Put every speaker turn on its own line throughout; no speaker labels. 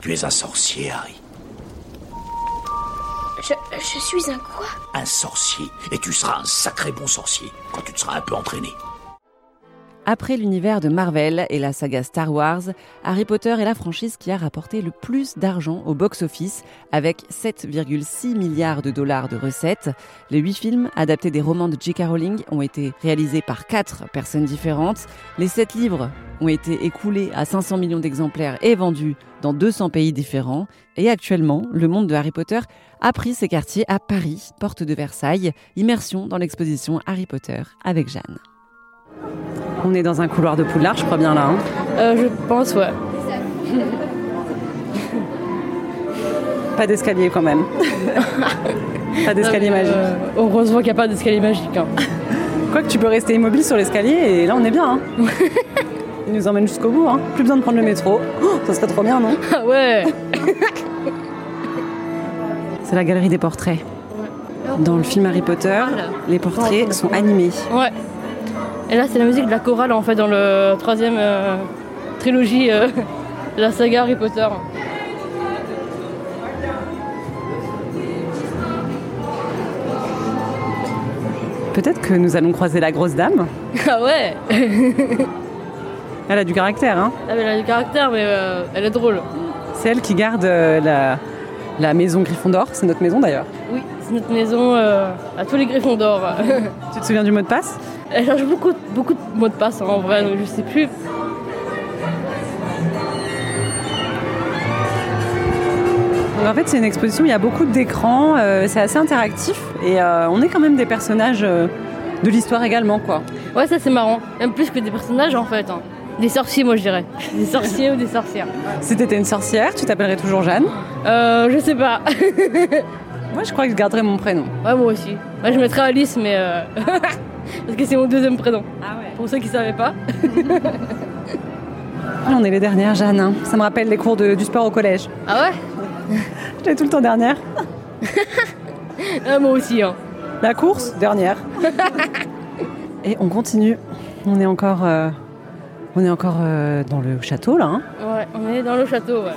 Tu es un sorcier, Harry.
Je, je suis un quoi
Un sorcier. Et tu seras un sacré bon sorcier quand tu te seras un peu entraîné.
Après l'univers de Marvel et la saga Star Wars, Harry Potter est la franchise qui a rapporté le plus d'argent au box-office, avec 7,6 milliards de dollars de recettes. Les huit films, adaptés des romans de J.K. Rowling, ont été réalisés par quatre personnes différentes. Les sept livres ont été écoulés à 500 millions d'exemplaires et vendus dans 200 pays différents. Et actuellement, le monde de Harry Potter a pris ses quartiers à Paris, porte de Versailles, immersion dans l'exposition Harry Potter avec Jeanne. On est dans un couloir de Poudlard, je crois bien là. hein.
Euh, je pense, ouais.
Pas d'escalier quand même. pas d'escalier magique.
Euh, heureusement qu'il n'y a pas d'escalier magique. hein.
Quoique tu peux rester immobile sur l'escalier et là on est bien. hein. Il nous emmène jusqu'au bout. hein. Plus besoin de prendre le métro. Oh, ça serait trop bien, non
Ah ouais
C'est la galerie des portraits. Dans le film Harry Potter, les portraits sont animés.
Ouais. Et là, c'est la musique de la chorale, en fait, dans le troisième euh, trilogie euh, de la saga Harry Potter.
Peut-être que nous allons croiser la grosse dame.
Ah ouais
Elle a du caractère. hein.
Ah, mais Elle a du caractère, mais euh, elle est drôle.
C'est elle qui garde euh, la, la maison Gryffondor. C'est notre maison d'ailleurs.
Oui, c'est notre maison euh, à tous les griffons d'or.
Tu te souviens du mot de passe
elle change beaucoup, beaucoup de mots de passe, hein, en vrai, donc je sais plus.
En fait, c'est une exposition, il y a beaucoup d'écrans, euh, c'est assez interactif et euh, on est quand même des personnages euh, de l'histoire également, quoi.
Ouais, ça, c'est marrant. Même plus que des personnages, en fait. hein. Des sorciers, moi, je dirais. Des sorciers ou des sorcières.
Si t'étais une sorcière, tu t'appellerais toujours Jeanne.
Euh, je sais pas.
Moi, je crois que je garderais mon prénom.
Ouais, moi aussi. Moi, je mettrais Alice, mais. euh, Parce que c'est mon deuxième prénom.
Ah ouais.
Pour ceux qui ne savaient pas.
Ah, on est les dernières, Jeanne. hein. Ça me rappelle les cours de- du sport au collège.
Ah
J'étais tout le temps dernière.
ouais Ah, Moi aussi, hein.
La course, dernière. et on continue. On est encore, euh, on est encore euh, dans le château, là. hein.
Ouais, on est dans le château, ouais.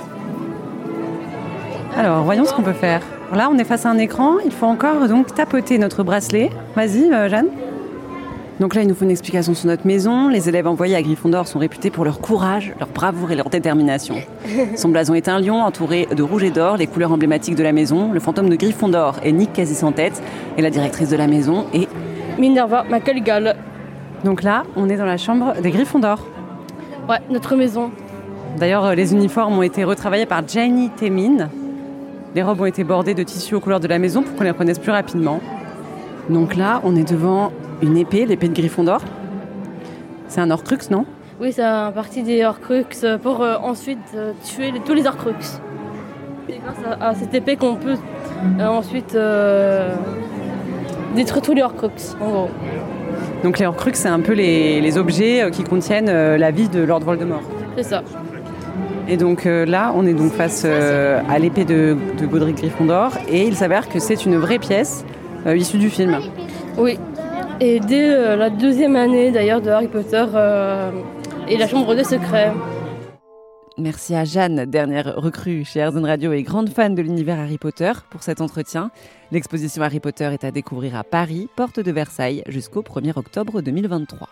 Alors, voyons ce qu'on peut faire. Là, on est face à un écran. Il faut encore donc tapoter notre bracelet. Vas-y, euh, Jeanne. Donc là, il nous faut une explication sur notre maison. Les élèves envoyés à Gryffondor sont réputés pour leur courage, leur bravoure et leur détermination. Son blason est un lion entouré de rouge et d'or, les couleurs emblématiques de la maison. Le fantôme de Gryffondor est Nick quasi sans tête et la directrice de la maison est...
Minerva McGonagall.
Donc là, on est dans la chambre des Gryffondor.
Ouais, notre maison.
D'ailleurs, euh, les uniformes ont été retravaillés par Jenny Temin. Les robes ont été bordées de tissus aux couleurs de la maison pour qu'on les reconnaisse plus rapidement. Donc là, on est devant une épée, l'épée de Gryffondor. C'est un Horcrux, non
Oui, c'est un parti des Horcruxes euh, pour euh, ensuite euh, tuer les- tous les Horcruxes. C'est grâce à, à cette épée qu'on peut euh, ensuite euh, détruire tous les Horcruxes, en gros.
Donc les Horcrux, c'est un peu les, les objets euh, qui contiennent euh, la vie de Lord Voldemort.
C'est ça.
Et donc euh, là, on est donc face euh, à l'épée de, de Godric Gryffondor et il s'avère que c'est une vraie pièce euh, issue du film.
Oui. Et dès euh, la deuxième année d'ailleurs de Harry Potter euh, et la chambre des secrets.
Merci à Jeanne, dernière recrue chez Airzen Radio et grande fan de l'univers Harry Potter, pour cet entretien. L'exposition Harry Potter est à découvrir à Paris, porte de Versailles, jusqu'au 1er octobre 2023.